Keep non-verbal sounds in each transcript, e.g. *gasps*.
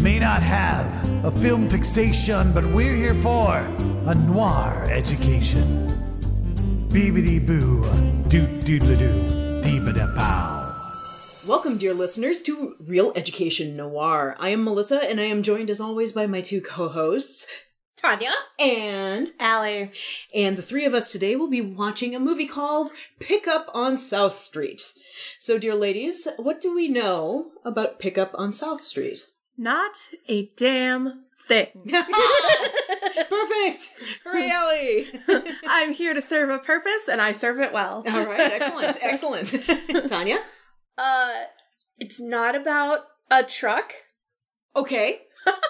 may not have a film fixation, but we're here for a noir education. Beebity boo, doo doodle doo, dee pow. Welcome, dear listeners, to Real Education Noir. I am Melissa, and I am joined as always by my two co hosts, Tanya. and Allie. and the three of us today will be watching a movie called Pickup on South Street. So, dear ladies, what do we know about Pickup on South Street? *laughs* Not a damn *laughs* thing. Perfect! Hooray, Ellie! I'm here to serve a purpose and I serve it well. *laughs* All right, *laughs* excellent, *laughs* excellent. Tanya? Uh, it's not about a truck. *laughs* Okay. That,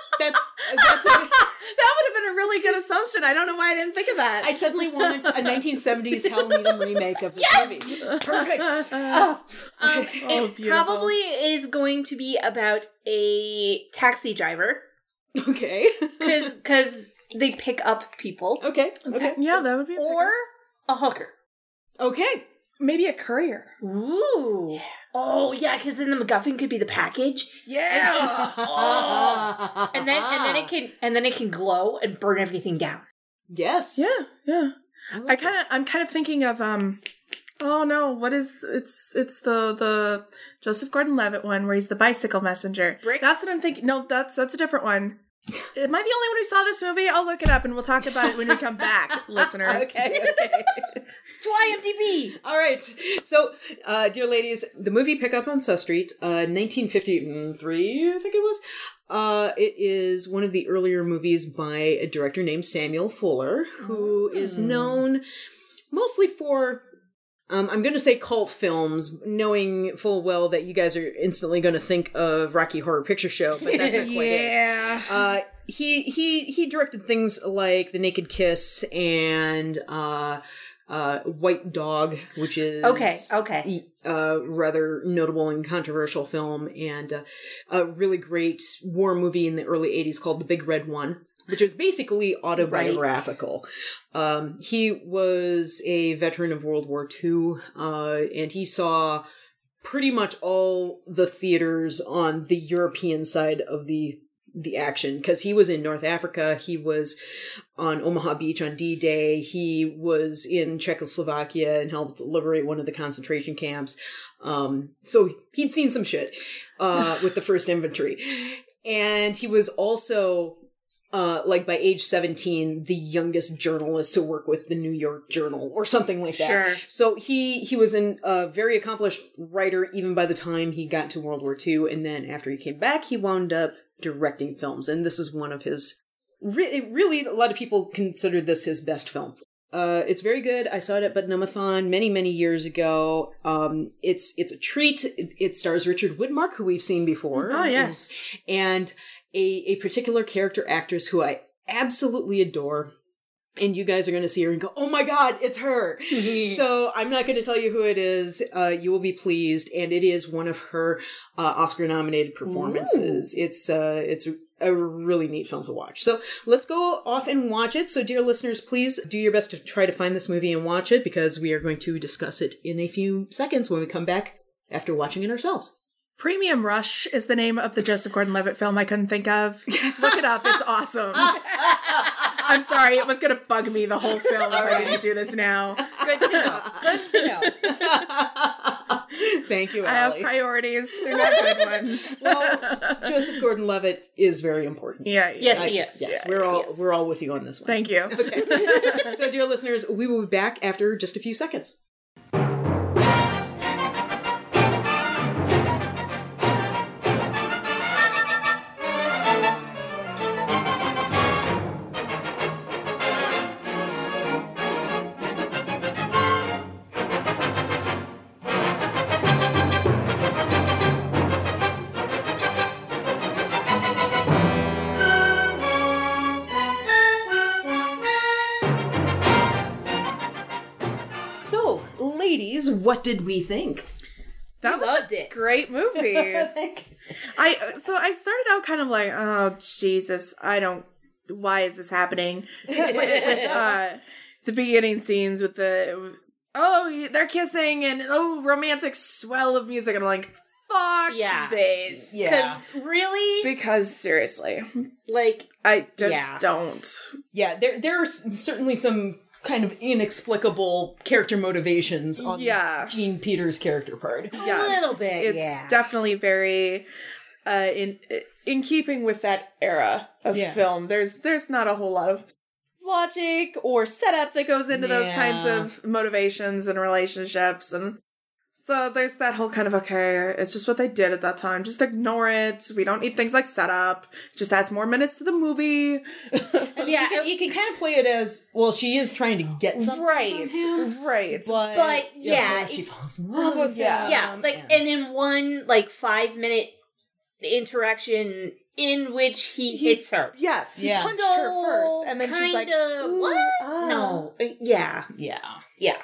that's a, That would have been a really good assumption. I don't know why I didn't think of that. I suddenly want a 1970s Hal Needham remake of this movie. *laughs* Perfect. Um, Oh, it beautiful. probably is going to be about a taxi driver Okay. because they pick up people Okay. So, Okay. yeah, that would be a or a hooker. *laughs* Okay. maybe a courier. Ooh. Oh yeah, because then the MacGuffin could be the package, Yeah. and then *laughs* and Ah. then it can and then it can glow and burn everything down. Yes. *laughs* Oh, yeah, yeah. like I kind of I'm kind of thinking of um Oh no, what is it's it's the the Joseph Gordon-Levitt one where he's the bicycle messenger. Brick- That's what I'm thinking. No, that's that's a different one. Am I the only one who saw this movie? I'll look it up and we'll talk about it when we *laughs* come back, listeners. this. Okay. Okay. To IMDb. *laughs* All right. So, uh, dear ladies, the movie Pickup on South Street, uh, 1953, I think it was. Uh, it is one of the earlier movies by a director named Samuel Fuller, who is known mostly for. Um, I'm going to say cult films, knowing full well that you guys are instantly going to think of Rocky Horror Picture Show, but that's not quite it. Yeah. Uh, he he he directed things like The Naked Kiss and uh, uh, White Dog, which is Okay, okay. uh, rather notable and controversial film, and uh, a really great war movie in the early '80s called The Big Red One. Which was basically autobiographical. Um, he was a veteran of World War II, uh, and he saw pretty much all the theaters on the European side of the the action because he was in North Africa. He was on Omaha Beach on D Day. He was in Czechoslovakia and helped liberate one of the concentration camps. Um, so he'd seen some shit uh, with the first infantry. And he was also, uh, like, by age 17, the youngest journalist to work with the New York Journal or something like that. Sure. So he he was an, a very accomplished writer even by the time he got to World War II, and then after he came back, he wound up directing films, and this is one of his. Really, really, a lot of people consider this his best film. Uh, it's very good. I saw it at Budnumathon many, many years ago. Um, it's it's a treat. It, it stars Richard Widmark, who we've seen before. Oh yes. and a, a particular character actress who I absolutely adore. And you guys are going to see her and go, oh my God, it's her. *laughs* so I'm not going to tell you who it is. Uh, you will be pleased. And it is one of her uh, Oscar nominated performances. It's, uh, it's a really neat film to watch. So let's go off and watch it. So, dear listeners, please do your best to try to find this movie and watch it because we are going to discuss it in a few seconds when we come back after watching it ourselves. *laughs* Premium Rush is the name of the Joseph Gordon-Levitt film I couldn't think of. Look it up; it's *laughs* awesome. I'm sorry, it was gonna bug me the whole film. If I didn't do this now, Good to know. Good to *laughs* know. Thank you, I have Allie. priorities. They're not good ones. well, Joseph Gordon-Levitt is very important. yeah. Yes, yeah. he Yes, is. yes, we're all we're all with you on this one. Thank you. so, dear listeners, we will be back after just a few seconds. So, ladies, what did we think? That was Loved it. great *laughs* movie. I so I started out kind of like, oh Jesus, I don't. Why is this *laughs* happening? With- with, uh, the beginning scenes with the oh they're kissing and oh romantic swell of music. And I'm like, fuck Yeah. this. Because really, Because seriously, like, I just Yeah. don't. yeah, there there are s- certainly some kind of inexplicable character motivations on Yeah. Gene Peters' character part. Yes, little bit, It's yeah. definitely very uh, in in keeping with that era of Yeah. film. There's there's not a whole lot of logic or setup that goes into those Yeah. kinds of motivations and relationships and. So there's that whole kind of okay, it's just what they did at that time. Just ignore it. We don't need things like setup. Just adds more minutes to the movie. yeah, You can, you can kind of play it as well. She is trying to get something, Right. Mm-hmm. Right. but, But, you know, yeah, she it's- falls in love with Yeah. him. Um, yeah, like, and in one like five minute interaction in which he, He- hits her. Yes, he Yeah. punched her first, and then she's like, kinda, "Ooh, "What? ah." No, uh, yeah, yeah, yeah.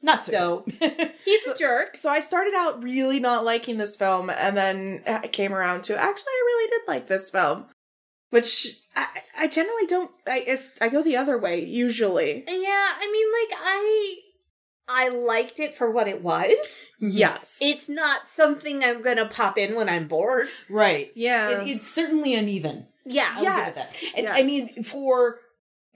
not so. *laughs* So he's a jerk. So I started out really not liking this film, and then I came around to actually, I really did like this film, which I, I generally don't. I it's, I go the other way usually. Yeah, I mean, like I, I liked it for what it was. Yes, It's not something I'm gonna pop in when I'm bored. *laughs* right. yeah, It, it's certainly uneven. Yeah, I'll give it yes, that. And I mean, for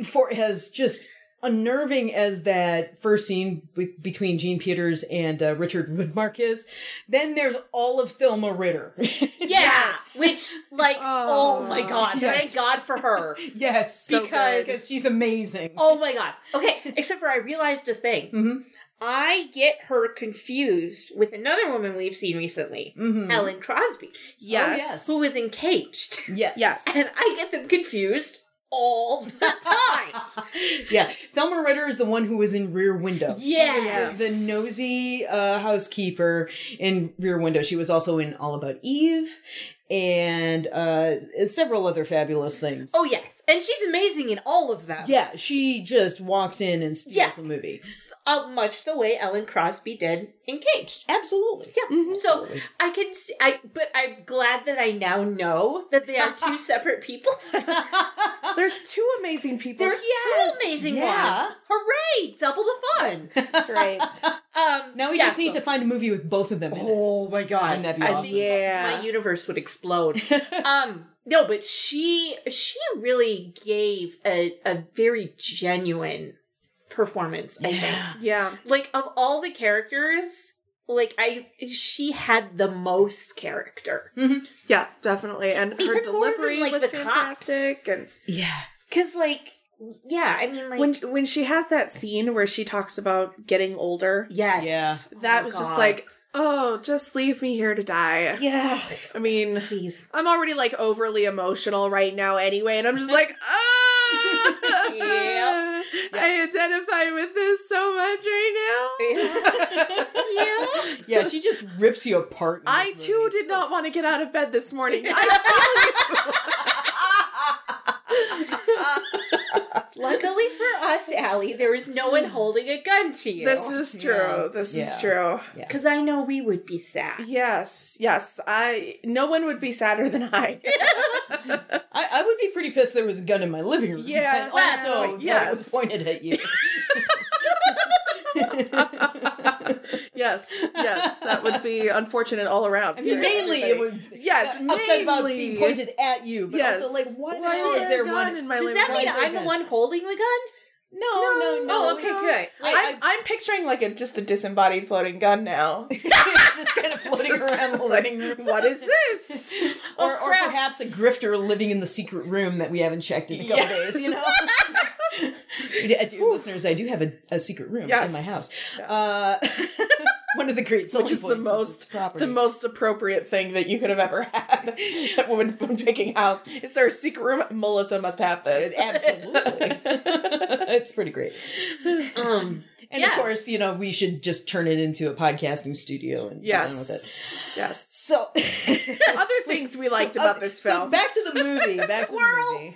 for as just unnerving as that first scene be- between Gene Peters and uh, Richard Widmark is, then there's all of Thelma *laughs* Ritter. yeah. Yes. Which, like, oh, Oh, my god, yes. thank God for *laughs* her. yes, So because- because she's amazing. Oh my god. Okay, except for I realized a thing. Mhm. I get her confused with another woman we've seen recently, Mhm. Ellen Crosby, yes, who is engaged. Yes. Yes. *laughs* And I get them confused all the time. *laughs* yeah. Thelma Ritter is the one who was in Rear Window. yes. The nosy uh, housekeeper in Rear Window. She was also in All About Eve and uh, several other fabulous things. Oh yes. And she's amazing in all of them. Yeah, she just walks in and steals a Yeah. movie. Uh, much the way Ellen Crosby did engaged. Absolutely. Yeah. So I can see I but I'm glad that I now know that they are *laughs* two separate people. There's two amazing people. There's Yes. two amazing Yeah. ones. Hooray! Double the fun. *laughs* *laughs* That's right. Um, *laughs* Now we yeah, just need so- to find a movie with both of them in it. Oh my god! Wouldn't that be I awesome? think Yeah. my universe *laughs* would explode. um, no, but she she really gave a a very genuine performance. I think, yeah, like of all the characters, like I she had the most character yeah, definitely. And her Even more than, delivery like, was the cops. fantastic, and Yeah. because like yeah, I mean like when when she has that scene where she talks about getting older, yes Yeah. that Oh, was just God. like, oh, just leave me here to die. Yeah. I mean, *laughs* please I'm already like overly emotional right now anyway, and I'm *laughs* just like, ah, Yep. I identify with this so much right now. yeah *laughs* Yeah, she just rips you apart. in I this too movie. did not *laughs* want to get out of bed *laughs* this morning. I Luckily for us, Allie, there is no one holding a gun to you. this is true. Yeah. This is Yeah. true. Because I know we would be sad. Yes, yes. I no one would be sadder than I. *laughs* *laughs* I, I would be pretty pissed there was a gun in my living room. Yeah, but also well, that it was yes. pointed at you. *laughs* yes, yes. That would be unfortunate all around. I mean, for mainly it everybody. would Yes, upset about being mainly. pointed at you, but Yes. also like why, Why the hell is there one? in my Does living that room? mean Why is there a I'm the gun? one holding the gun? No, no, no. Oh, okay, good. I'm, I'm picturing like a just a disembodied floating gun *laughs* now. it's just kind of floating Just around the *laughs* like, living room. What *laughs* is this? or, or crap. perhaps a grifter living in the secret room that we haven't checked in a couple days. You *laughs* know, *laughs* I do- listeners, I do have a, a secret room in my Yes. house. Yes. Uh, *laughs* one of the great selling *laughs* Which is the points of this most property. the most appropriate thing that you could have ever had *laughs* when, when picking house. Is there a secret room? Melissa must have this. *laughs* Absolutely, *laughs* it's pretty great. Um, And of *laughs* Yeah. course, you know, we should just turn it into a podcasting studio and be done with Yes. it. Yes. So *laughs* *laughs* Other things we liked So, about uh, this so film. back to the *laughs* movie. Back Squirrel.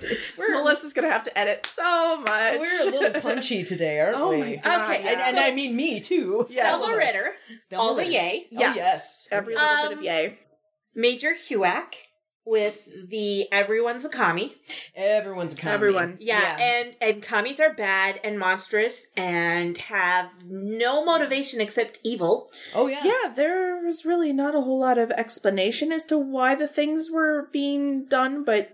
To Melissa's gonna have to edit so the movie. much. We're a *laughs* little punchy today, aren't oh we? my god. Okay, And, yes. and I mean me too. *laughs* Yes. Thelma Ritter, Thelma all the Ritter. yay. Oh, yes. Every little Um, bit of yay. Major Huack, with the everyone's a commie. Everyone's a commie. Everyone. Yeah, and and commies are bad and monstrous and have no motivation except evil. oh yeah. Yeah, there was really not a whole lot of explanation as to why the things were being done, but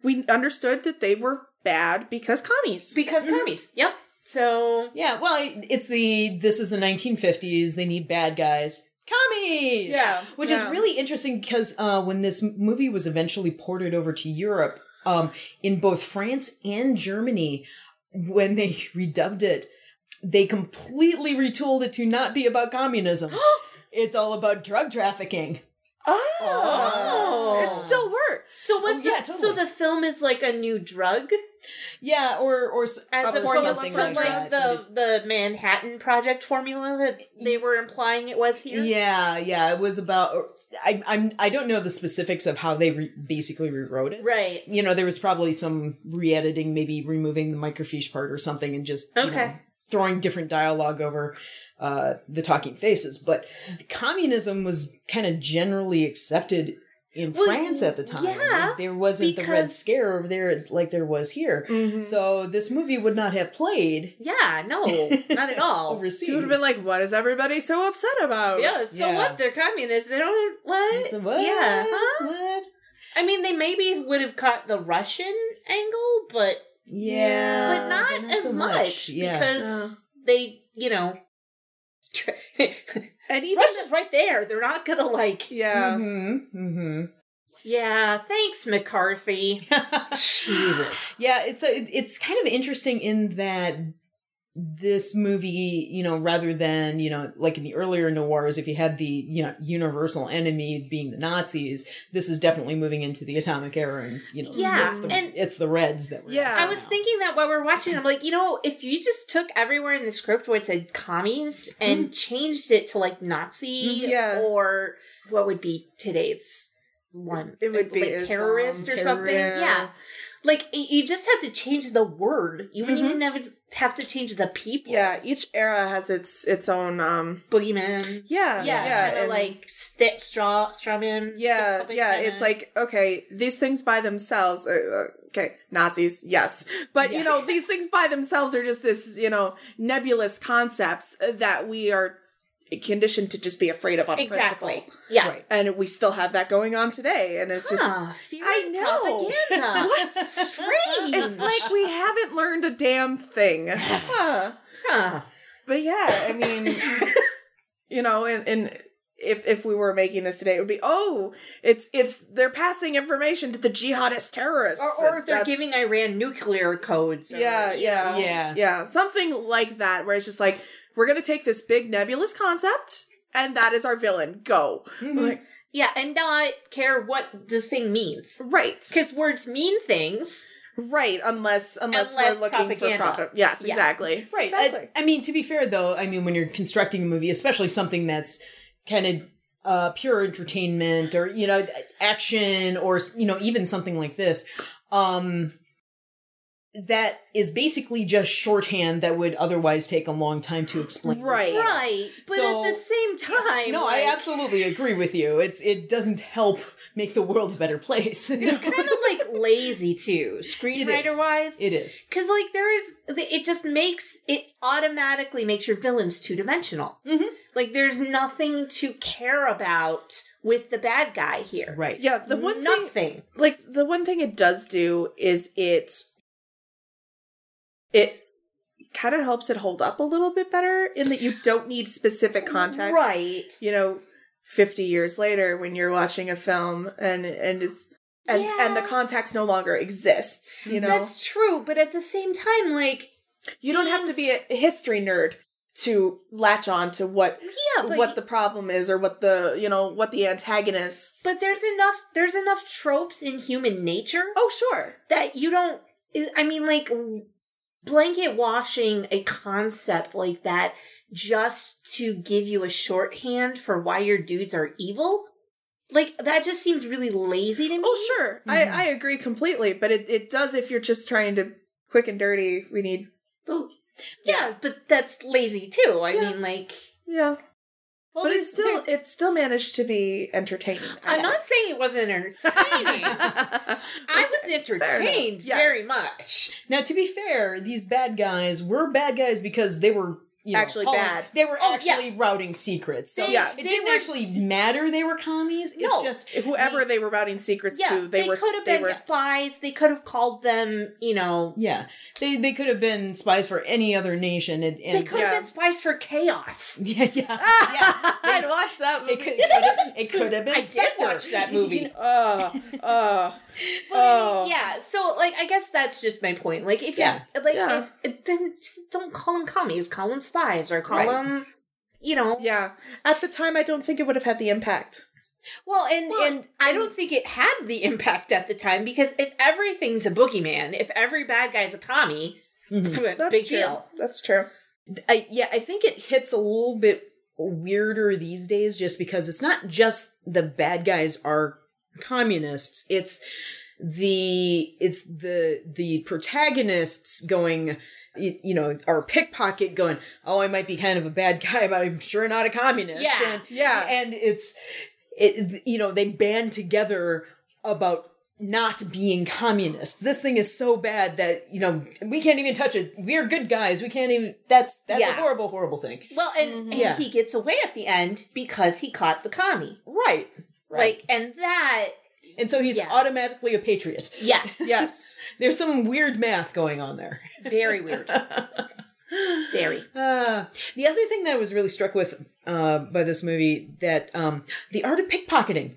we understood that they were bad because commies. Because commies. Yep. So Yeah, well, it's the this is the 1950s. They need bad guys. Commies. Yeah, which is yeah. really interesting because uh, when this m- movie was eventually ported over to Europe, um, in both France and Germany, when they *laughs* redubbed it, they completely retooled it to not be about *gasps* communism. it's all about drug trafficking. oh, Oh. it still works. so what's Oh, yeah, that? So totally. the film is like a new drug Yeah, or or s- as or opposed something to like, that, but the the Manhattan Project formula that they were implying it was here. Yeah, yeah, it was about. I, I'm. I don't know the specifics of how they re- basically rewrote it. Right. You know, there was probably some re-editing, maybe removing the microfiche part or something, and just you know, Okay. throwing different dialogue over uh, the talking faces. But communism was kind of generally accepted in Well, France at the time. yeah, Like, there wasn't the Red because- Mm-hmm. Scare over there like there was here. So this movie would not have played Yeah, no, not at all. overseas. It would have been like, what is everybody so upset about? Yeah, so Yeah. what? They're communists. They don't what? So what? Yeah. huh? What? I mean, they maybe would have caught the Russian angle, but Yeah, but not, as so much, Yeah, because they, you know, *laughs* tr- And even Russia's right there. They're not gonna like. yeah, mm-hmm, *laughs* mm-hmm. Yeah, thanks McCarthy. Jesus. Yeah, it's a, it- it's kind of interesting in that this movie, you know, rather than you know, like in the earlier noirs, if you had the you know universal enemy being the Nazis, this is definitely moving into the atomic era, and you know, Yeah, it's the, and- it's the Reds that. We're Yeah. after I was now. thinking that while we we're watching, I'm like, you know, if you just took everywhere in the script where it said commies and changed it to like Nazi Mhm. Mm-hmm. Yeah. or what would be today's one? It would be like Islam, terrorist or something. terrorist. Yeah. Like y- you just had to change the word. You wouldn't Mhm. even have, have to change the people. Mm-hmm. yeah. Each era has its its own um. Boogeyman. Yeah, Yeah. yeah, kinda and- like st- straw straw man. Yeah, puppet yeah. kinda. It's like okay, these things by themselves. Are, okay, Nazis, yes, but Yeah. you know these things by themselves are just this you know nebulous concepts that we are conditioned to just be afraid of on exactly. principle, Yeah. Right. and we still have that going on today. And it's Huh, just fear I and know. *laughs* propaganda. What? strange? it's like we haven't learned a damn *sighs* thing. Huh. Huh. But yeah, I *laughs* mean, you know, and, and if if we were making this today, it would be oh, it's it's they're passing information to the jihadist terrorists, or, or if they're That's- giving Iran nuclear codes. Or, yeah, you yeah, know. Yeah. yeah, something like that, where it's just like we're gonna take this big nebulous concept. And that is our villain. Go. Like, yeah, and not care what the thing means right. because words mean things. Right. Unless unless, Unless we're looking propaganda. for profit. Yes, Yeah. exactly. Right. I- Exactly. I, mean, to be fair, though, I mean, when you're constructing a movie, especially something that's kind of uh, pure entertainment or, you know, action or, you know, even something like this, um, that is basically just shorthand that would otherwise take a long time to explain. Right. Yes. Right, but at So- the same time, No, like, I absolutely agree with you. It's It doesn't help make the world a better place. It's kind of like lazy too, It screenwriter is. wise. *laughs* it is. Because like there is, it just makes it automatically makes your villains two dimensional. Mhm. Like there's nothing to care about with the bad guy here. Right. Yeah. The one thing nothing. like the one thing it does do is it it kind of helps it hold up a little bit better in that you don't need specific context right? you know 50 years later when you're watching a film and and is and and the Yeah. context no longer exists you know That's true, but at the same time, like you don't have to be a history nerd to latch on to what yeah, but what the problem is or what the you know what the antagonists but there's enough there's enough tropes in human nature oh sure that you don't. I mean, like blanket washing a concept like that just to give you a shorthand for why your dudes are evil. Like that just seems really lazy to me. Oh, sure. Mm-hmm. I, I agree completely, but it, it does if you're just trying to quick and dirty. We need. Well, yeah, but that's lazy too. I Yeah. mean, like Yeah. Well, but it there's- still there's- it still managed to wasn't entertaining. I'm not saying it wasn't *laughs* entertaining. *laughs* I was entertained Yes. very much. Now, to be fair, these bad guys were bad guys because they were you know, Actually hauling- bad. They were Oh, actually routing secrets. So They- Yes. it they didn't were- actually matter they were commies. It's No. just Whoever they were routing secrets Yeah, to, they, were could have they been were spies. They could have called them, you know, yeah, they they could have been spies for any other nation. And, they and could have Yeah. been spies *laughs* for chaos. *laughs* yeah, yeah, I'd watch that It movie. could, it could- it could have been Oh, I did Spectre. watch *laughs* that movie. Uh, uh, But I mean, Oh. yeah, so like I guess that's just my point. Like if Yeah. you like Yeah. It, it, then just don't call them commies, call them spies or call Right. them you know. yeah. At the time, I don't think it would have had the impact. Well, and Well, and I don't think it had the impact at the time because if everything's a boogeyman, if every bad guy's a commie, Mm-hmm. That's *laughs* big true. deal. That's true. I, yeah, I think it hits a little bit weirder these days just because it's not just the bad guys are communists. It's the it's the the protagonists going y- you know our pickpocket going oh i might be kind of a bad guy but i'm sure not a communist Yeah, and yeah. and it's it you know they band together about not being communist this thing is so bad that you know we can't even touch it we're good guys we can't even that's that's a Yeah. horrible horrible thing Well, and, and Yeah. he gets away at the end because he caught the commie. right Like and that and so he's Yeah. automatically a patriot yeah, Yes. there's some weird math going on there *laughs* very weird. very. Uh, the other thing that I was really struck with uh, by this movie that um, the art of pickpocketing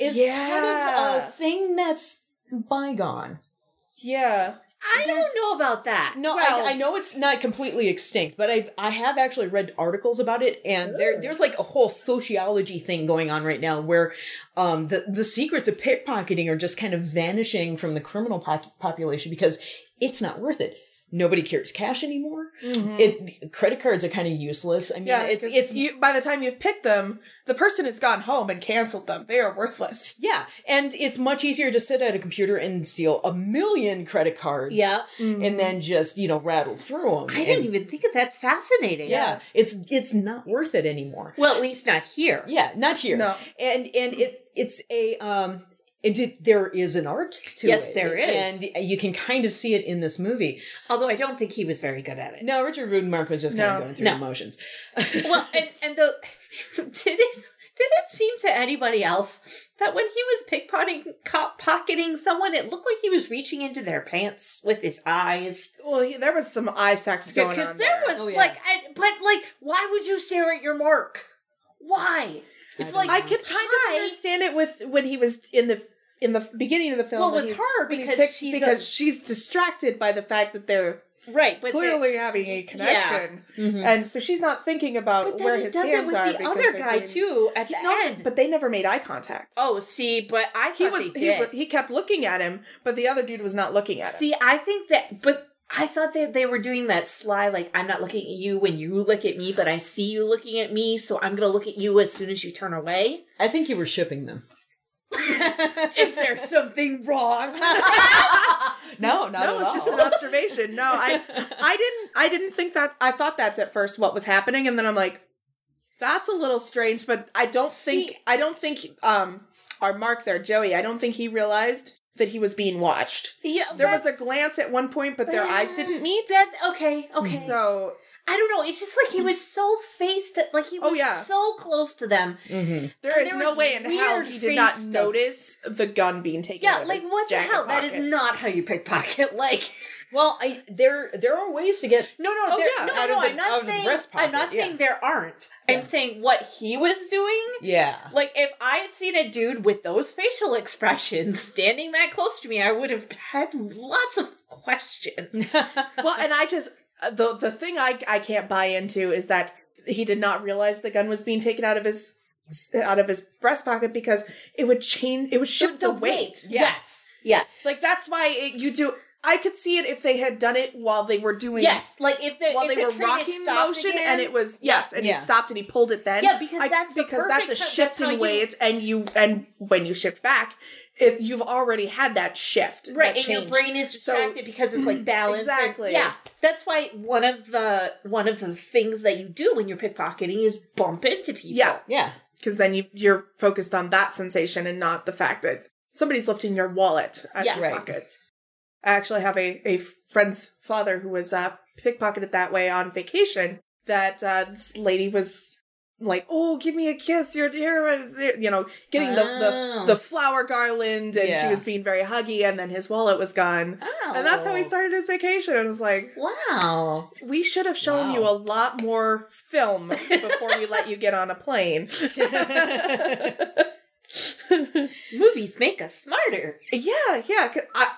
is kind of Yeah. a thing that's bygone. *laughs* yeah. I don't know about that. No, Well- I, I know it's not completely extinct, but I I have actually read articles about it, and there there's like a whole sociology thing going on right now where um, the the secrets of pickpocketing are just kind of vanishing from the criminal po- population because it's not worth it. Nobody carries cash anymore. It credit cards are kind of useless. I mean, Yeah. it's 'cause it's you, by the time you've picked them, the person has gone home and canceled them. They are worthless. Yeah, and it's much easier to sit at a computer and steal a million credit cards. Yeah. and then just you know rattle through them. I didn't even think of that's fascinating. Yeah, it's it's not worth it anymore. Well, at least not here. Yeah, not here. No. and and it it's a um. And it, there is an art to Yes, it. there is. and you can kind of see it in this movie. Although I don't think he was very good at it. No, Richard Rudenmark was just kind No. of going through No. emotions. *laughs* well, and and the did it did it seem to anybody else that when he was pickpocketing co- pocketing someone, it looked like he was reaching into their pants with his eyes? Well, he, there was some eye sex going Because on. there was Oh, yeah. like, I, but like, why would you stare at your mark? Why? It's like I could kind of hi. understand it with when he was in the in the beginning of the film. Well, when with he's- her, when he's because she's a- because she's distracted by the fact that they're right, but the- clearly having a connection, Mhm. and so she's not thinking about but where then he his does it hands with are. the because other they're guy doing- too at the No, end. but they never made eye contact. oh, see, but I he thought was they he, did. wa- he kept looking at him, but the other dude was not looking at him. See, I think that, but I thought that they were doing that sly, like, I'm not looking at you when you look at me, but I see you looking at me, so I'm going to look at you as soon as you turn away. I think you were shipping them. *laughs* Is there something wrong? *laughs* No, not no, it's just an observation. No, I I didn't I didn't think that I thought that's at first what was happening and then I'm like that's a little strange but I don't think See- I don't think um our mark there Joey I don't think he realized that he was being watched. yeah, There was a that's- glance at one point but their eyes didn't meet. That's okay, okay. So I don't know. It's just like he was so face to, like he was Oh, yeah. so close to them. there is there no was way in hell weird he did not face stuff. notice the gun being taken. Yeah, out of like his what the jacket hell? That is pocket. not how you pickpocket. *laughs* Like, well, I, there there are ways to get no, no, Oh, there- yeah, no, out no. of the- I'm out not of the saying. breast I'm not pocket, yeah. saying there aren't. Yeah. I'm saying what he was doing yeah Like if I had seen a dude with those facial *laughs* expressions standing that close to me, I would have had lots of questions. well, and I just uh, the the thing I I can't buy into is that he did not realize the gun was being taken out of his out of his breast pocket because it would change it would shift the, weight. Yes. Yes. Like that's why it, you do. I could see it if they had done it while they were doing Yes. Like if the while they if the were train had rocking stopped motion again- and it was yes and Yeah. it stopped and he pulled it then Yeah, because I- that's the because perfect that's a time- that's shift how in you- weight and you and when you shift back it, you've already had that shift, that right and your change. brain is So- distracted because *clears throat* it's like balance and- Exactly. yeah that's why one of the one of the things that you do when you're pickpocketing is bump into people Yeah, Yeah. because then you you're focused on that sensation and not the fact that somebody's lifting your wallet out Yeah. of your Right. pocket. I actually have a, a friend's father who was uh, pickpocketed that way on vacation. That uh, this lady was like, "Oh, give me a kiss, you're dear," you know, getting the, Oh. the the flower garland, and she Yeah. was being very huggy, and then his wallet was gone. oh And that's how he started his vacation. It was like, wow we should have shown Wow. you a lot more *laughs* film before we let you get on a plane. *laughs* movies make *laughs* us smarter Yeah, yeah. 'cause I,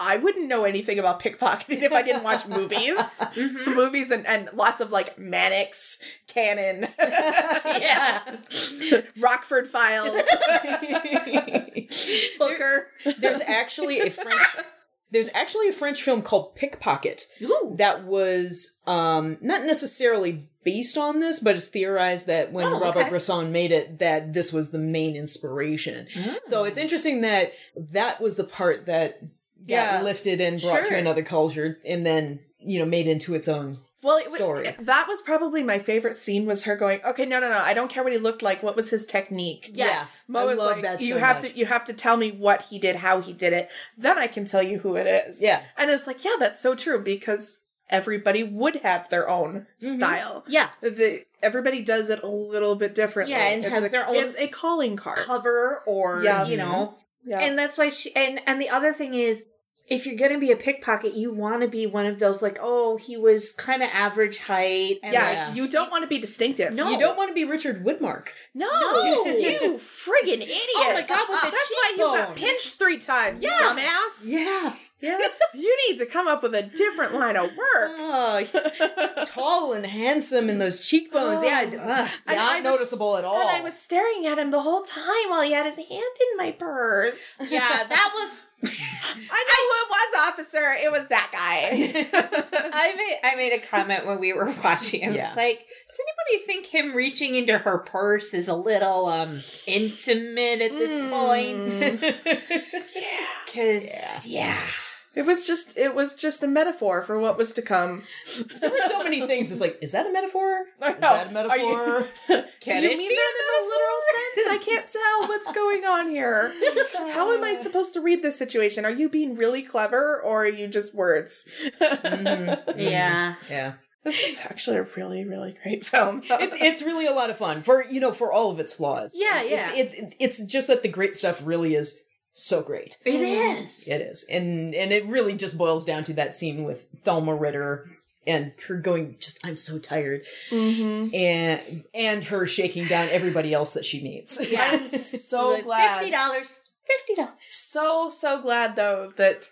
I wouldn't know anything about pickpocketing if I *laughs* didn't watch movies. Mm-hmm. Mhm. movies and, and lots of like Mannix, *laughs* Cannon, yeah Rockford Files. hooker *laughs* there's actually a French there's actually a French film called Pickpocket Ooh. that was um not necessarily based on this, but it's theorized that when Oh, Robert okay. Bresson made it, that this was the main inspiration. Mm. So it's interesting that that was the part that got Yeah. lifted and brought Sure. to another culture and then, you know, made into its own. Well, it, wa- Story. that was probably my favorite scene was her going, okay, no, no, no, I don't care what he looked like. What was his technique? yes Mo I was love like, that you so have much. to you have to tell me what he did, how he did it. Then I can tell you who it is. Yeah. And it's like, yeah, that's so true because everybody would have their own Mm-hmm. style. yeah The, everybody does it a little bit differently. Yeah, and has a, their own- It's a calling card. cover or Yeah. Mm-hmm. you know yeah. and that's why she and and the other thing is if you're gonna be a pickpocket you want to be one of those like oh he was kind of average height and yeah, like, like- you don't want to be distinctive. No. You don't want to be Richard Woodmark. no, No. *laughs* you friggin' idiot! Oh my God, *laughs* with the that's why you got cheekbones. pinched three times, Yeah. dumbass. Yeah. Yeah, *laughs* you need to come up with a different line of work. *laughs* Oh, tall and handsome and those cheekbones. yeah, Oh. uh, And I not was- noticeable at all. And I was staring at him the whole time while he had his hand in my purse. *laughs* I yeah that was know who it was, officer. It was that *laughs* guy. I made I made a comment when we were *laughs* watching. I was Yeah. like, does anybody think him reaching into her purse is a little um intimate at this point? Mm. *laughs* Because yeah. it was just it was just a metaphor for what was to come. there were so many things. It's like, is that a metaphor? I Is know. that a Are you- metaphor? Can Do you it mean be that in a literal sense? I can't tell what's going on *laughs* here. How am I supposed to read this situation? Are you being really clever or are you just words? Mm-hmm. *laughs* Mm-hmm. Yeah. Yeah, This is actually a really, really great film. it's it's really a lot of fun for you know for all of its flaws. *laughs* Yeah, yeah. It's, it it's just that the great stuff really is so great. It Mm-hmm. is. It is, and and it really just boils down to that scene with Thelma Ritter and her going just I'm so tired, Mm-hmm. and and her shaking down everybody else that she meets. I'm *laughs* so glad. Fifty dollars. Fifty dollars. So so glad though that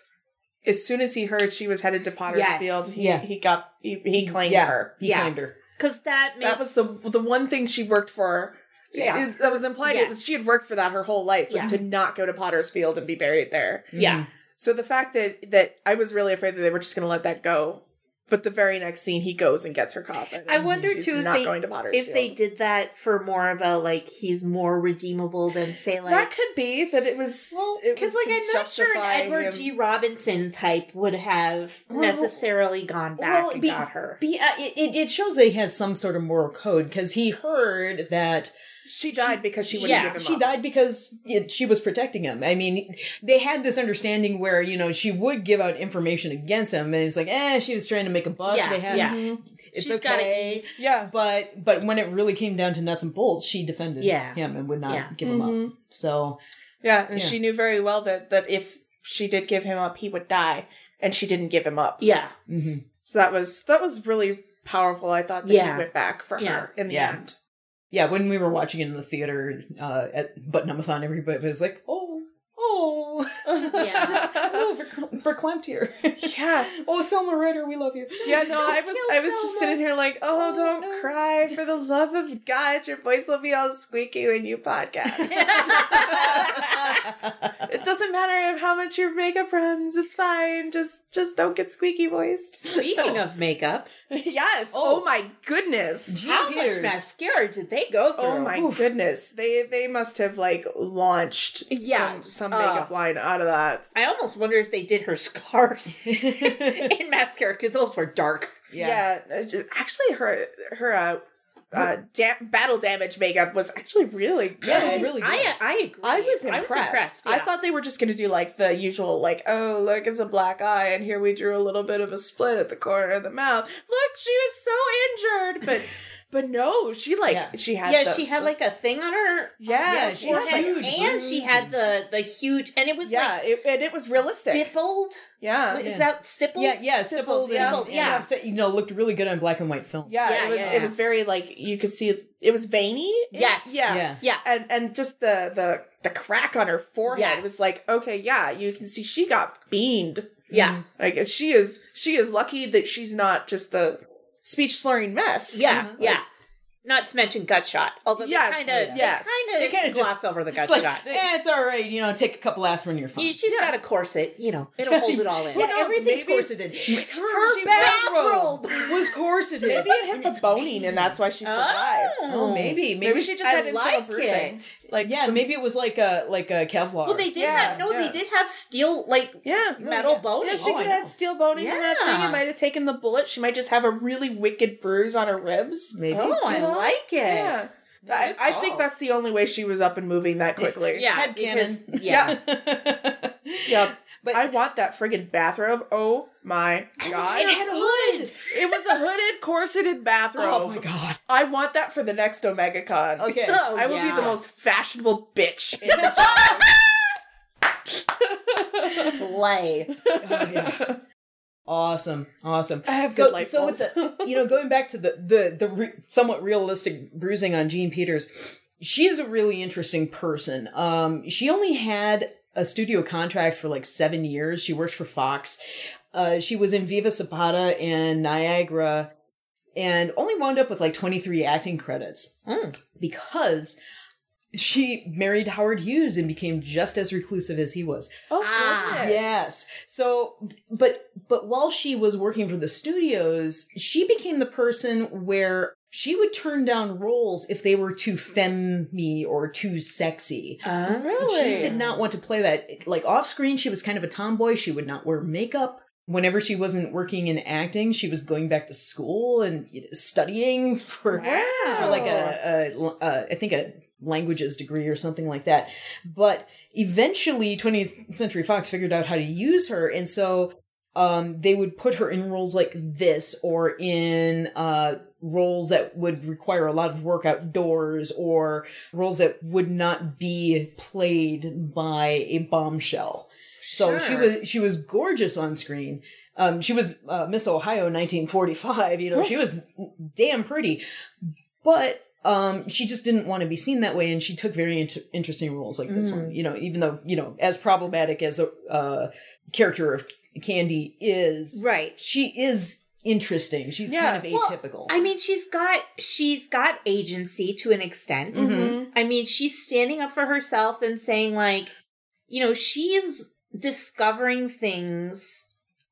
as soon as he heard she was headed to Potter's Yes. Field, he, Yeah. Mm-hmm. he got he, he claimed yeah, her. he Yeah. claimed her. Because that makes That was the the one thing she worked for. Yeah. It- that was implied. It Yeah. was she had worked for that her whole life was to Yeah. not go to Potter's Field and be buried there. Yeah. So the fact that that I was really afraid that they were just going to let that go, but the very next scene he goes and gets her coffin. I and wonder she's too if not they going to Potter's if they Field. did that for more of a like he's more redeemable than say like that could be that it was Well, it because was like to I'm not sure an justify Edward him- G. Robinson type would have Well, necessarily gone back well, and be- got her. Be, uh, it, it- it shows that he has some sort of moral code because he heard that She died because she wouldn't yeah, give him she up. died because it, she was protecting him. I mean, they had this understanding where, you know, she would give out information against him. And it's like, eh, she was trying to make a buck. Yeah, they had, yeah. It's She's gotta okay. eat. Yeah. But, but when it really came down to nuts and bolts, she defended Yeah. him and would not Yeah. give him Mm-hmm. Mm-hmm. up. So, Yeah, and Yeah. she knew very well that that if she did give him up, he would die, and she didn't give him up. Yeah. *laughs* mhm. So that was that was really powerful. I thought that Yeah. he went back for Yeah. her in the Yeah. *laughs* end. *laughs* yeah, when we were watching it in the theater uh, at Buttonumathon, everybody was like, oh, oh. *laughs* Yeah. *laughs* oh, for, for clamped here. *laughs* yeah. oh, Selma Ritter, we love you. *laughs* Yeah, no, I was I was just sitting here like, oh, don't cry for the love of God, your voice will be all squeaky when you *laughs* podcast. it doesn't matter how much your makeup runs, it's fine. Just just don't get squeaky voiced. *laughs* Speaking of makeup, yes. Oh, Oh. my goodness. how Jeepers. much mascara did they go through? Oh my goodness. They they must have like launched Yeah. some, some Uh, makeup line out of that. I almost wonder if they did her *laughs* scars in mascara because those were dark. Yeah. it's just- actually her her uh, uh da- battle damage makeup was actually really good. Yeah, it was really good. I I agree. I was impressed. I, yeah. thought they were just going to do like the usual, like, oh, look, it's a black eye, and here we drew a little bit of a split at the corner of the mouth. Look, she was so injured, but but no, she like Yeah. she had yeah, the- she had like a thing on her yeah, yeah, she she had, had like huge forehead, and she bruise had and- the the huge, and it was yeah, like it, and it was realistic. stippled. yeah, Is that stippled? Yeah, yeah, stippled, yeah. and- and Yeah. upset- you know, looked really good on black and white film. yeah, Yeah, it was yeah, it was very like you could see it was veiny. Yes. yeah, Yeah. Yeah. and and just the the the crack on her forehead Yes. was like okay yeah you can see she got beamed Yeah. like if she is she is lucky that she's not just a speech slurring mess Yeah. yeah. Not to mention gut shot. Although Yes, they kind of yes. kind They of kinda gloss just- over the It's gut like, shot. eh, it's all right. You know, take a couple aspirin, you're fine. Yeah, she's got a corset. You know, it'll hold it all in. Yeah, knows, everything's maybe- corseted. her, she bathrobe was corseted. maybe it hit the boning and that's why she survived Oh, maybe, maybe, maybe, she just Ah. I had internal like bruising it. like yeah, some- maybe it was like a like a Kevlar. Well, they did Yeah, have no. yeah. They did have steel like yeah metal boning. yeah, she Oh, I could have know. had steel boning in that thing. Yeah. It might have taken the bullet. She might just have a really wicked bruise on her ribs. maybe. oh, Yeah. I like it. Yeah. I, Good I think call. that's the only way she was up and moving that quickly. *laughs* Yeah, Head because- cannon. *laughs* Yeah. Yep. But- I want that friggin' bathrobe. Oh my god. It had a hood. It was a hooded, corseted bathrobe. *laughs* Oh my *laughs* god. I want that for the next OmegaCon. *laughs* Okay. Oh, I will yeah. be the most fashionable bitch. *laughs* slay. Oh, *laughs* yeah. Awesome. Awesome. I have so, good life so with goals. the, you know, going back to the the the re- somewhat realistic bruising on Jean Peters, she's a really interesting person. Um, she only had a studio contract for like seven years. She worked for Fox. Uh, she was in Viva Zapata and Niagara, and only wound up with like twenty three acting credits because she married Howard Hughes and became just as reclusive as he was. Oh, Ah, goodness. Yes. So, but but while she was working for the studios, she became the person where she would turn down roles if they were too femme or too sexy. She did not want to play that. Like off screen, she was kind of a tomboy. She would not wear makeup. Whenever she wasn't working in acting, she was going back to school and you know, studying *laughs* for for like a, a, a I think a languages degree or something like that. But eventually, 20th Century Fox figured out how to use her, and so um, they would put her in roles like this or in uh, roles that would require a lot of work outdoors or roles that would not be played by a bombshell. So she Sure. was she was gorgeous on screen. Um, she was uh, Miss Ohio 1945. *laughs* You know, she was damn pretty, but um, she just didn't want to be seen that way, and she took very int- interesting roles like this Mm. one. You know, even though you know, as problematic as the uh, character of Candy is, Right. She is interesting. She's Yeah. kind of Well, atypical. I mean, she's got she's got agency to an extent. Mm-hmm. I mean, she's standing up for herself and saying like, you know, she's discovering things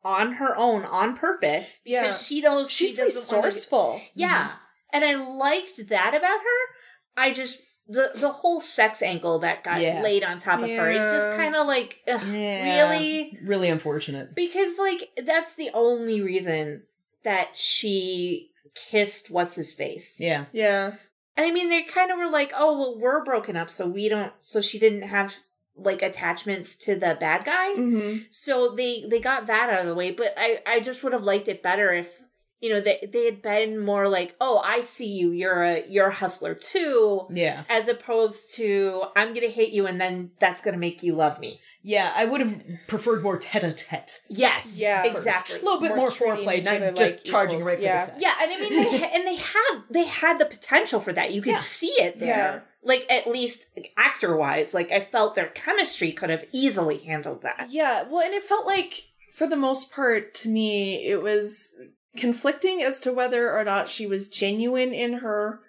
on her own on purpose Yeah. because she knows she She's doesn't wanna- resourceful. yeah, and I liked that about her. I just the the whole sex angle that got Yeah. laid on top of her. It's just Yeah. kind of like ugh, Mm-hmm. Yeah. really really unfortunate. because like that's the only reason that she kissed what's his face. Yeah, Yeah. And I mean, they kind of were like, oh, well, we're broken up, so we don't, so she didn't have like attachments to the bad guy. Mm-hmm. So they they got that out of the way. But I I just would have liked it better if you know, they they had been more like, "Oh, I see you. You're a you're a hustler too," Yeah. as opposed to "I'm gonna hate you and then that's gonna make you love me." Yeah, I would have preferred more tete a tete. Yes, Yeah. exactly. A little bit more, More treating foreplay, each not other just like charging equals, right for yeah. the sex. Yeah, and I mean, they and they had they had the potential for that. You could Yeah. see it there. Yeah. Like at least actor wise, like I felt their chemistry could have easily handled that. Yeah, well, and it felt like, for the most part, to me, it was conflicting as to whether or not she was genuine in her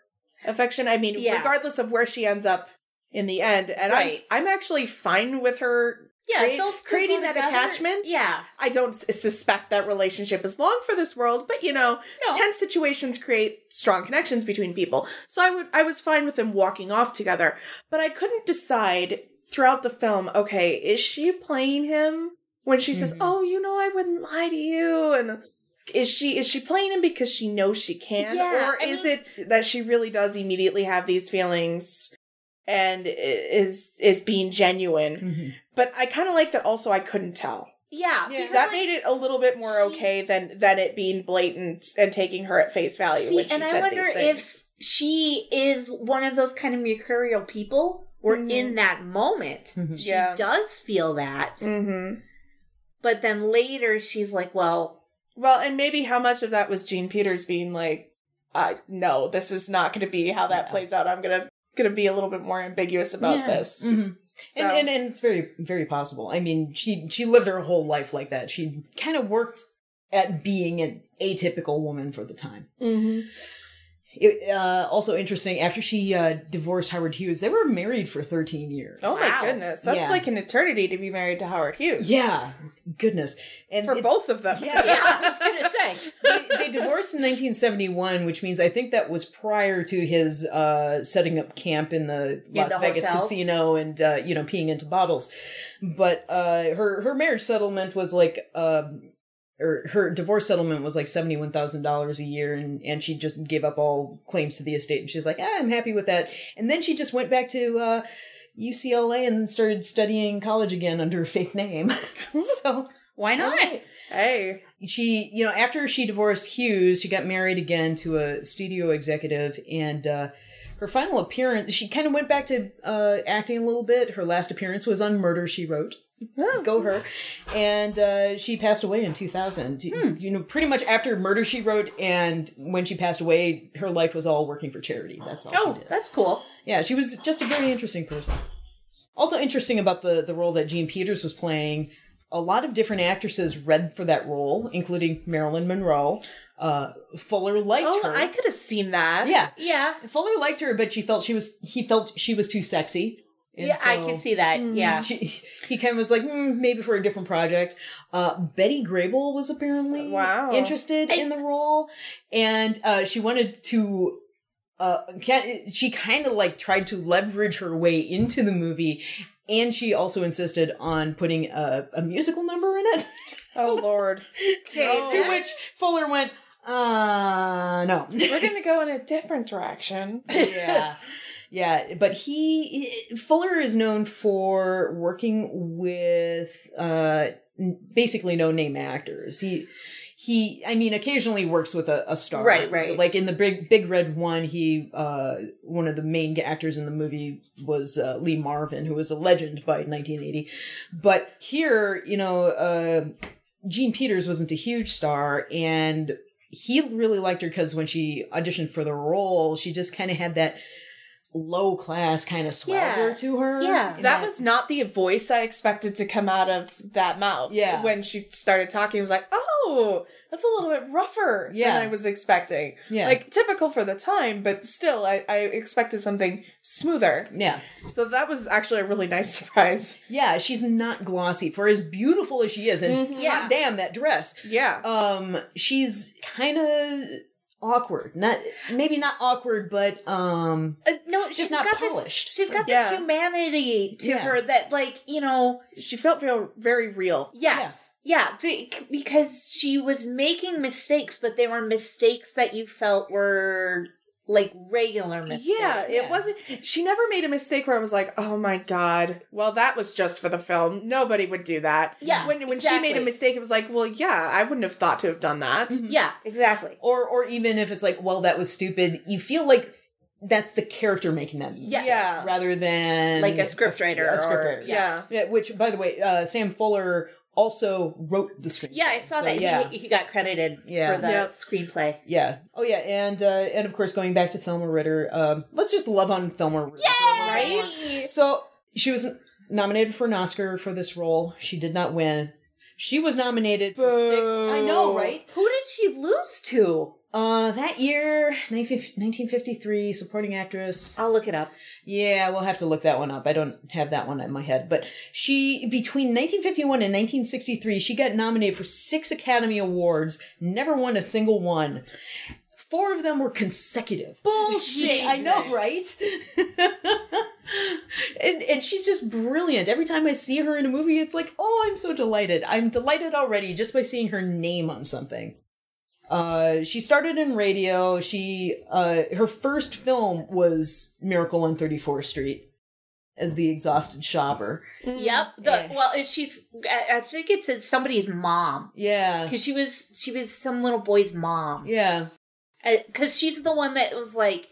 affection. I mean, Yeah. regardless of where she ends up in the end, and Right. I'm, I'm actually fine with her. Create- those two creating go that together- attachment? Yeah, I don't s- suspect that relationship is long for this world, but you know, no, tense situations create strong connections between people. So I would I was fine with them walking off together, but I couldn't decide throughout the film, okay, is she playing him when she says, Mm-hmm. Mhm. "Oh, you know I wouldn't lie to you." And is she is she playing him because she knows she can Yeah, or I is mean- it that she really does immediately have these feelings and i- is is being Mm-hmm. genuine? Mhm. But I kind of like that also I couldn't tell Yeah. yeah, because, that like, made it a little bit more she- okay than than it being blatant and taking her at face value See, when she and said I wonder these if things. s- she is one of those kind of mercurial people. Where Mhm. in that moment, Mhm. she Yeah. does feel that, Mm-hmm. but then later she's *laughs* like, "Well, Well, and maybe how much of that was Gene Peters being like, uh, "No, this is not going to be how that Yeah. plays out. I'm gonna gonna be a little bit more ambiguous about Yeah. this." Mhm. So, And, and and it's very very possible. I mean, she she lived her whole life like that. She kind of worked at being an atypical woman for the time. Mm-hmm. It, uh, also interesting. After she uh, divorced Howard Hughes, they were married for thirteen years. oh Wow. my goodness, that's Yeah. like an eternity to be married to Howard Hughes. yeah, goodness. And for it- both of them. Yeah. yeah, I was gonna say, they, they divorced in 1971, which means I think that was prior to his uh, setting up camp in the Yeah, Las the Vegas hotel. casino and uh, you know peeing into bottles. But uh, her her marriage settlement was like. Um, or her divorce settlement was like seventy one thousand dollars a year, and, and she just gave up all claims to the estate, and she's like, ah, I'm happy with that. And then she just went back to uh, UCLA and started studying college again under a fake name. *laughs* so why not?" *laughs* Hey, she you know after she divorced hughes she got married again to a studio executive and uh her final appearance she kind of went back to uh acting a little bit her last appearance was on murder she wrote go her and uh she passed away in 2000 you know pretty much after murder she wrote and when she passed away her life was all working for charity that's all she Oh, did that's cool. yeah, she was just a very interesting person. Also interesting about the the role that Jean Peters was playing. A lot of different actresses read for that role, including Marilyn Monroe. Uh, Fuller liked oh, her. I could have seen that. yeah, Yeah, Fuller liked her, but she felt she was he felt she was too sexy. And yeah, I so- can see that. Mm. *laughs* Yeah, She, he kind of was like, "Hmm, maybe for a different project. Uh, Betty Grable was apparently Wow. interested in the role, and uh, she wanted to. Uh, can, she kind of like tried to leverage her way into the movie, and she also insisted on putting a, a musical number in it. Oh Lord. Okay, *laughs* to which Fuller went, "Uh, no." We're gonna go in a different direction. yeah. *laughs* Yeah, but he Fuller is known for working with uh n- basically no name actors. He he I mean occasionally works with a, a star. Right, right. Like in the Big Big Red One, he uh one of the main actors in the movie was uh, Lee Marvin, who was a legend by 1980. But here, you know, uh Gene Peters wasn't a huge star and he really liked her because when she auditioned for the role, she just kind of had that low class kind of swagger Yeah. to her. Yeah. And That was not the voice I expected to come out of that mouth. Yeah. When she started talking, it was like, oh, that's a little bit rougher Yeah. than I was expecting. yeah, Like typical for the time, but still, I, I expected something smoother. yeah, So that was actually a really *laughs* nice surprise. yeah. She's not glossy for as beautiful as she is, and Mm-hmm. Yeah. hot damn that dress. Yeah. Um, she's kind of awkward. Not maybe not awkward, but um, Uh, no, she's, not got polished. This, she's got Yeah. this humanity to Yeah. her that, like, you know, She felt real, very real. yes, yeah. be- because she was making mistakes, but they were mistakes that you felt were like regular mistake. Yeah, it wasn't. She never made a mistake where I was like, "Oh my god!" Well, that was just for the film. Nobody would do that. Yeah, When when she made exactly. a mistake, it was like, "Well, yeah, I wouldn't have thought to have done that." Yeah, exactly. or or even if it's like, well, that was stupid. You feel like that's the character making that mistake Yes. Yeah. rather than Like a scriptwriter a or- scriptwriter. Yeah. Yeah, which, by the way, uh, Sam Fuller also wrote the screenplay. Yeah, I saw So, that. Yeah, He, he got credited Yeah. for the Yep. screenplay. yeah. Oh, yeah, and uh, and of course, going back to Thelma Ritter, um, let's just love on Thelma Ritter. Right? So she was nominated for an Oscar for this role. She did not win. She was nominated for six. I know, right? Who did she lose to? Uh, that year, 1953, supporting actress. I'll look it up. Yeah, we'll have to look that one up. I don't have that one in my head. But she, between 1951 and 1963, she got nominated for six Academy Awards, never won a single one. Four of them were consecutive. Bullshit! I know, right? *laughs* and, and she's just brilliant. Every time I see her in a movie, it's like, oh, I'm so delighted. I'm delighted already just by seeing her name on something. Uh, she started in radio. She uh, her first film was Miracle on 34th Street as the exhausted shopper. Yep. The, Well, if she's, I, I think it's it's somebody's mom Yeah, because she was she was some little boy's mom yeah, *laughs* because she's the one that was like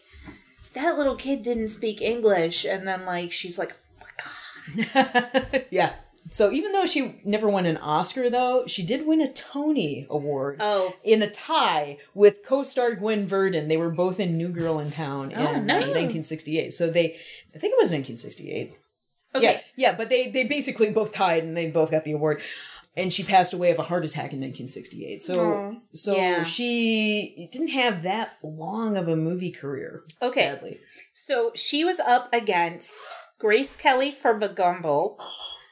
that little kid didn't speak English and then like she's like oh my god yeah. So even though she never won an Oscar, though she did win a Tony Award oh in a tie with co-star Gwen Verdon. They were both in New Girl in Town in Oh, nice. 1968. So they, I think it was 1968. okay Yeah, yeah, but they they basically both tied and they both got the award. And she passed away of a heart attack in 1968. So so Yeah. she didn't have that long of a movie career. Okay. Sadly. so she was up against Grace Kelly for Bagumbo,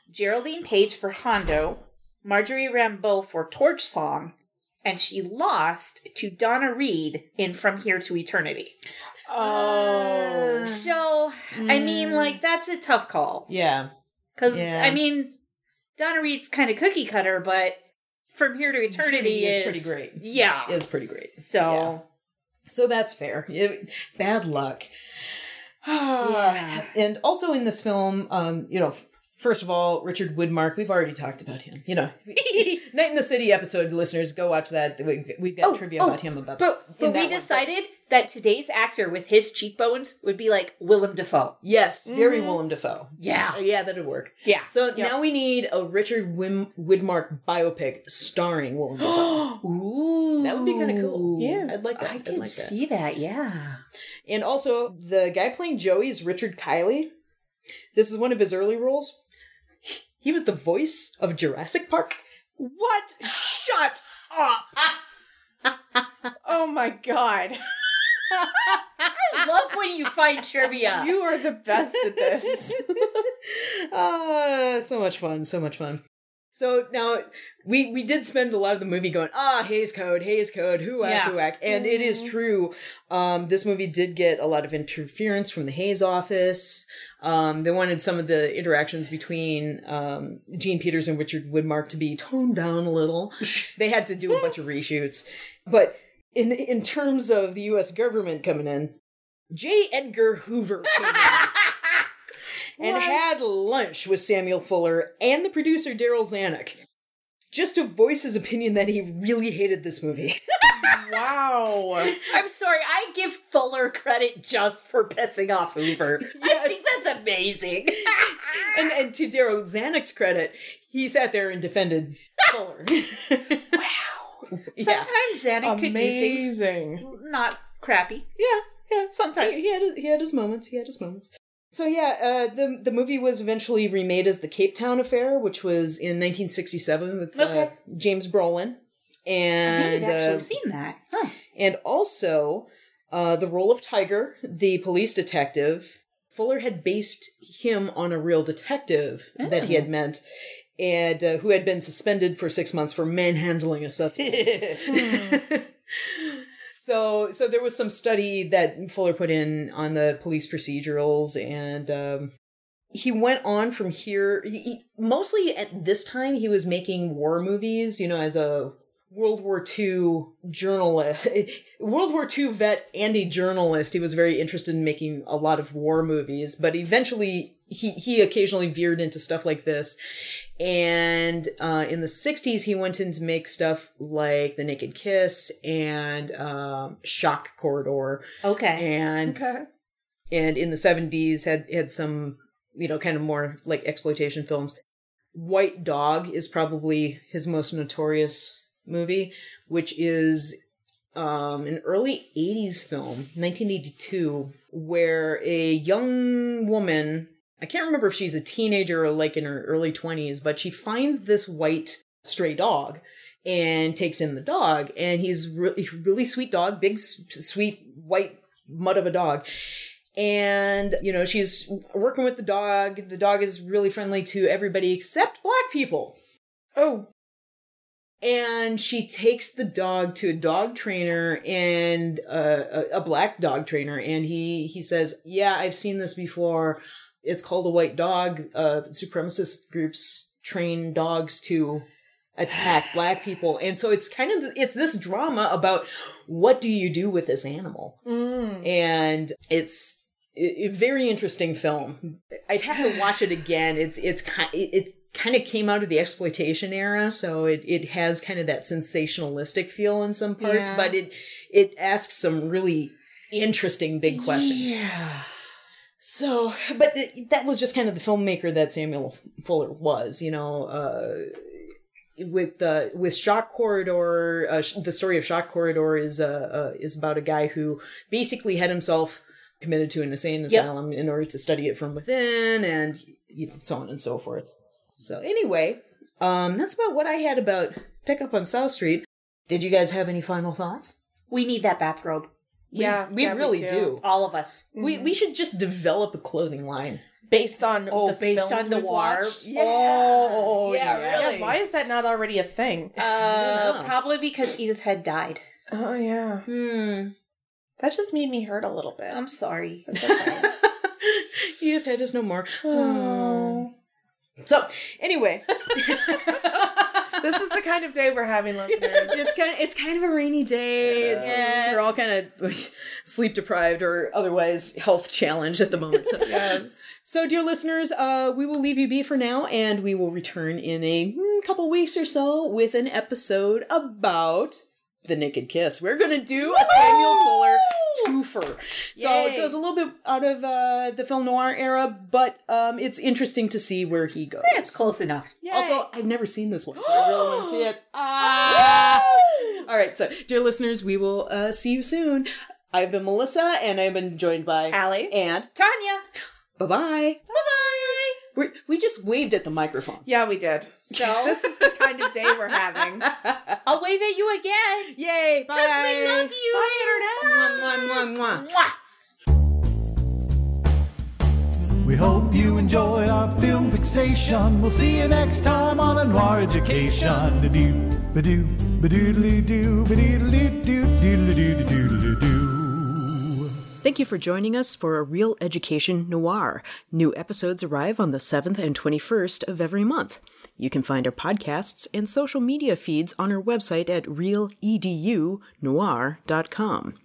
Geraldine Page for Hondo, Marjorie Rambeau for Torch Song. And she lost to Donna Reed in From Here to Eternity. Oh. So, Ah. I mean, like, that's a tough call. Mm. Yeah. Because, Yeah. I mean, Donna Reed's kind of cookie cutter, but From Here to Eternity Eternity is is, pretty great. Yeah. It was pretty great. so, So that's fair. It- bad luck. *sighs* Yeah. And also in this film, um, you know, f- first of all, Richard Woodmark, we've already talked about him. You know, Night in the City episode, listeners, go watch that. We, we've got Oh, trivia oh, about him. About *laughs* but, in that but we one. decided that today's actor with his cheekbones would be like Willem Dafoe. Yes, very Willem Dafoe. Yeah. Uh, yeah, that'd work. Yeah. So now we need a Richard Wim- Widmark biopic starring Willem Dafoe. Ooh. that would be kind of cool. Yeah. I'd like that. I I'd can like that. see that, yeah. *laughs* And also, the guy playing Joey is Richard Kiley. This is one of his early roles. He was the voice of Jurassic Park. What? Shut up. *laughs* oh my god. I love when you *laughs* find trivia. You are the best at this. Ah, so much fun, so much fun. So now we we did spend a lot of the movie going, ah, Hayes Code, Hayes Code, who whack, Yeah. who whack. And it is true. Um, this movie did get a lot of interference from the Hayes office. Um, they wanted some of the interactions between um, Gene Peters and Richard Widmark to be toned down a little. they had to do a bunch of reshoots. But in in terms of the US government coming in, J. Edgar Hoover came in and had lunch with Samuel Fuller and the producer Daryl Zanuck just to voice his opinion that he really hated this movie. *laughs* wow. I'm sorry, I give Fuller credit just for pissing *laughs* off Hoover. I think that's amazing. and, and to Daryl Zanuck's credit, he sat there and defended Fuller. *laughs* *laughs* Yeah. Um, Sometimes Xanax could do things Amazing. not crappy. Yeah, yeah. Sometimes he, he had he had his moments. He had his moments. So yeah, uh, the the movie was eventually remade as the Cape Town Affair, which was in 1967 with uh, Okay. James Brolin, and I've actually uh, seen that. Huh. and also uh, the role of Tiger, the police detective. Fuller had based him on a real detective that he had met, and uh, who had been suspended for six months for manhandling a suspect. *laughs* so, so there was some study that Fuller put in on the police procedurals, and um, he went on from here. He, he- mostly at this time, he was making war movies, you know, as a World War II journalist, *laughs* World War II vet and a journalist. He was very interested in making a lot of war movies, but eventually he, he occasionally veered into stuff like this. And uh, in the 60s, he went in to make stuff like The Naked Kiss and um, Shock Corridor. Okay. And Okay. and in the 70s had had some you know kind of more like exploitation films white dog is probably his most notorious movie which is um, an early 80s film 1982 where a young woman i can't remember if she's a teenager or like in her early 20s but she finds this white stray dog and takes in the dog and he's really really sweet dog big s- sweet white mud of a dog and you know she's working with the dog the dog is really friendly to everybody except black people Oh, and she takes the dog to a dog trainer and uh, a, a black dog trainer and he he says yeah i've seen this before it's called a white dog uh, supremacist groups train dogs to attack black people and so it's kind of it's this drama about what do you do with this animal mm. and it's a a very interesting film. I'd have to watch it again. It's it's kind it kind of came out of the exploitation era, so it it has kind of that sensationalistic feel in some parts, Yeah. but it it asks some really interesting big questions. Yeah. So, but th- that was just kind of the filmmaker that Samuel Fuller was, you know, uh, with uh, with Shock Corridor, uh, sh- the story of Shock Corridor is uh, uh, is about a guy who basically had himself committed to an insane asylum in order to study it from within, and you know, so on and so forth. So, anyway, um, that's about what I had about Pickup on South Street. Did you guys have any final thoughts? We need that bathrobe. yeah, we yeah, really do. All *laughs* of us. We we should just develop a clothing line. Based on Oh, the based films on the we've war. watched? Yeah. Oh, yeah, yeah. really. Why is that not already a thing? don't Uh, know. probably because Edith had died. Oh yeah, Hmm. that just made me hurt a little bit. I'm sorry. That's okay. Edith Head is no more. *laughs* Hmm. Oh. So anyway, this is the kind of day we're *laughs* having, *laughs* listeners. it's kind of it's kind of a rainy day. It's- Yes. We're all kind of *laughs* sleep deprived or otherwise health challenged at the moment. *laughs* So, yes. so dear listeners, uh, we will leave you be for now, and we will return in a mm, couple weeks or so with an episode about the Naked Kiss. We're gonna do a Samuel Fuller twofer. So it Yay. goes a little bit out of uh, the film noir era, but um, it's interesting to see where he goes. *laughs* That's close enough. Also, I've never seen this one, so I really want to see it. Uh, All right, so dear listeners, we will uh, see you soon. I've been Melissa, and I've been joined by Allie. and Tanya. bye bye. Bye bye. We just waved at the microphone. Yeah, we did. So *laughs* this is the kind of day we're having. I'll wave at you again. Yay! Bye. Because we love you. Bye, Internet. Mwah, mwah, mwah, mwah. Mwah. We hope you enjoyed our film fixation. We'll see you next time on a noir education. Do ba do ba doodly do ba doodly do doodly do doodly do. Thank you for joining us for A Real Education Noir. New episodes arrive on the 7th and 21st of every month. You can find our podcasts and social media feeds on our website at realedunoir.com.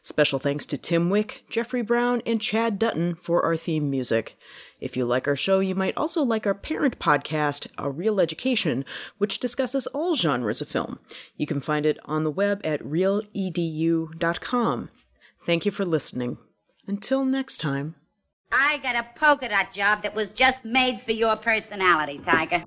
Special thanks to Tim Wick, Jeffrey Brown, and Chad Dutton for our theme music. If you like our show, you might also like our parent podcast, A Real Education, which discusses all genres of film. You can find it on the web at realedu.com. Thank you for listening. Until next time. I got a polka dot job that was just made for your personality, Tiger.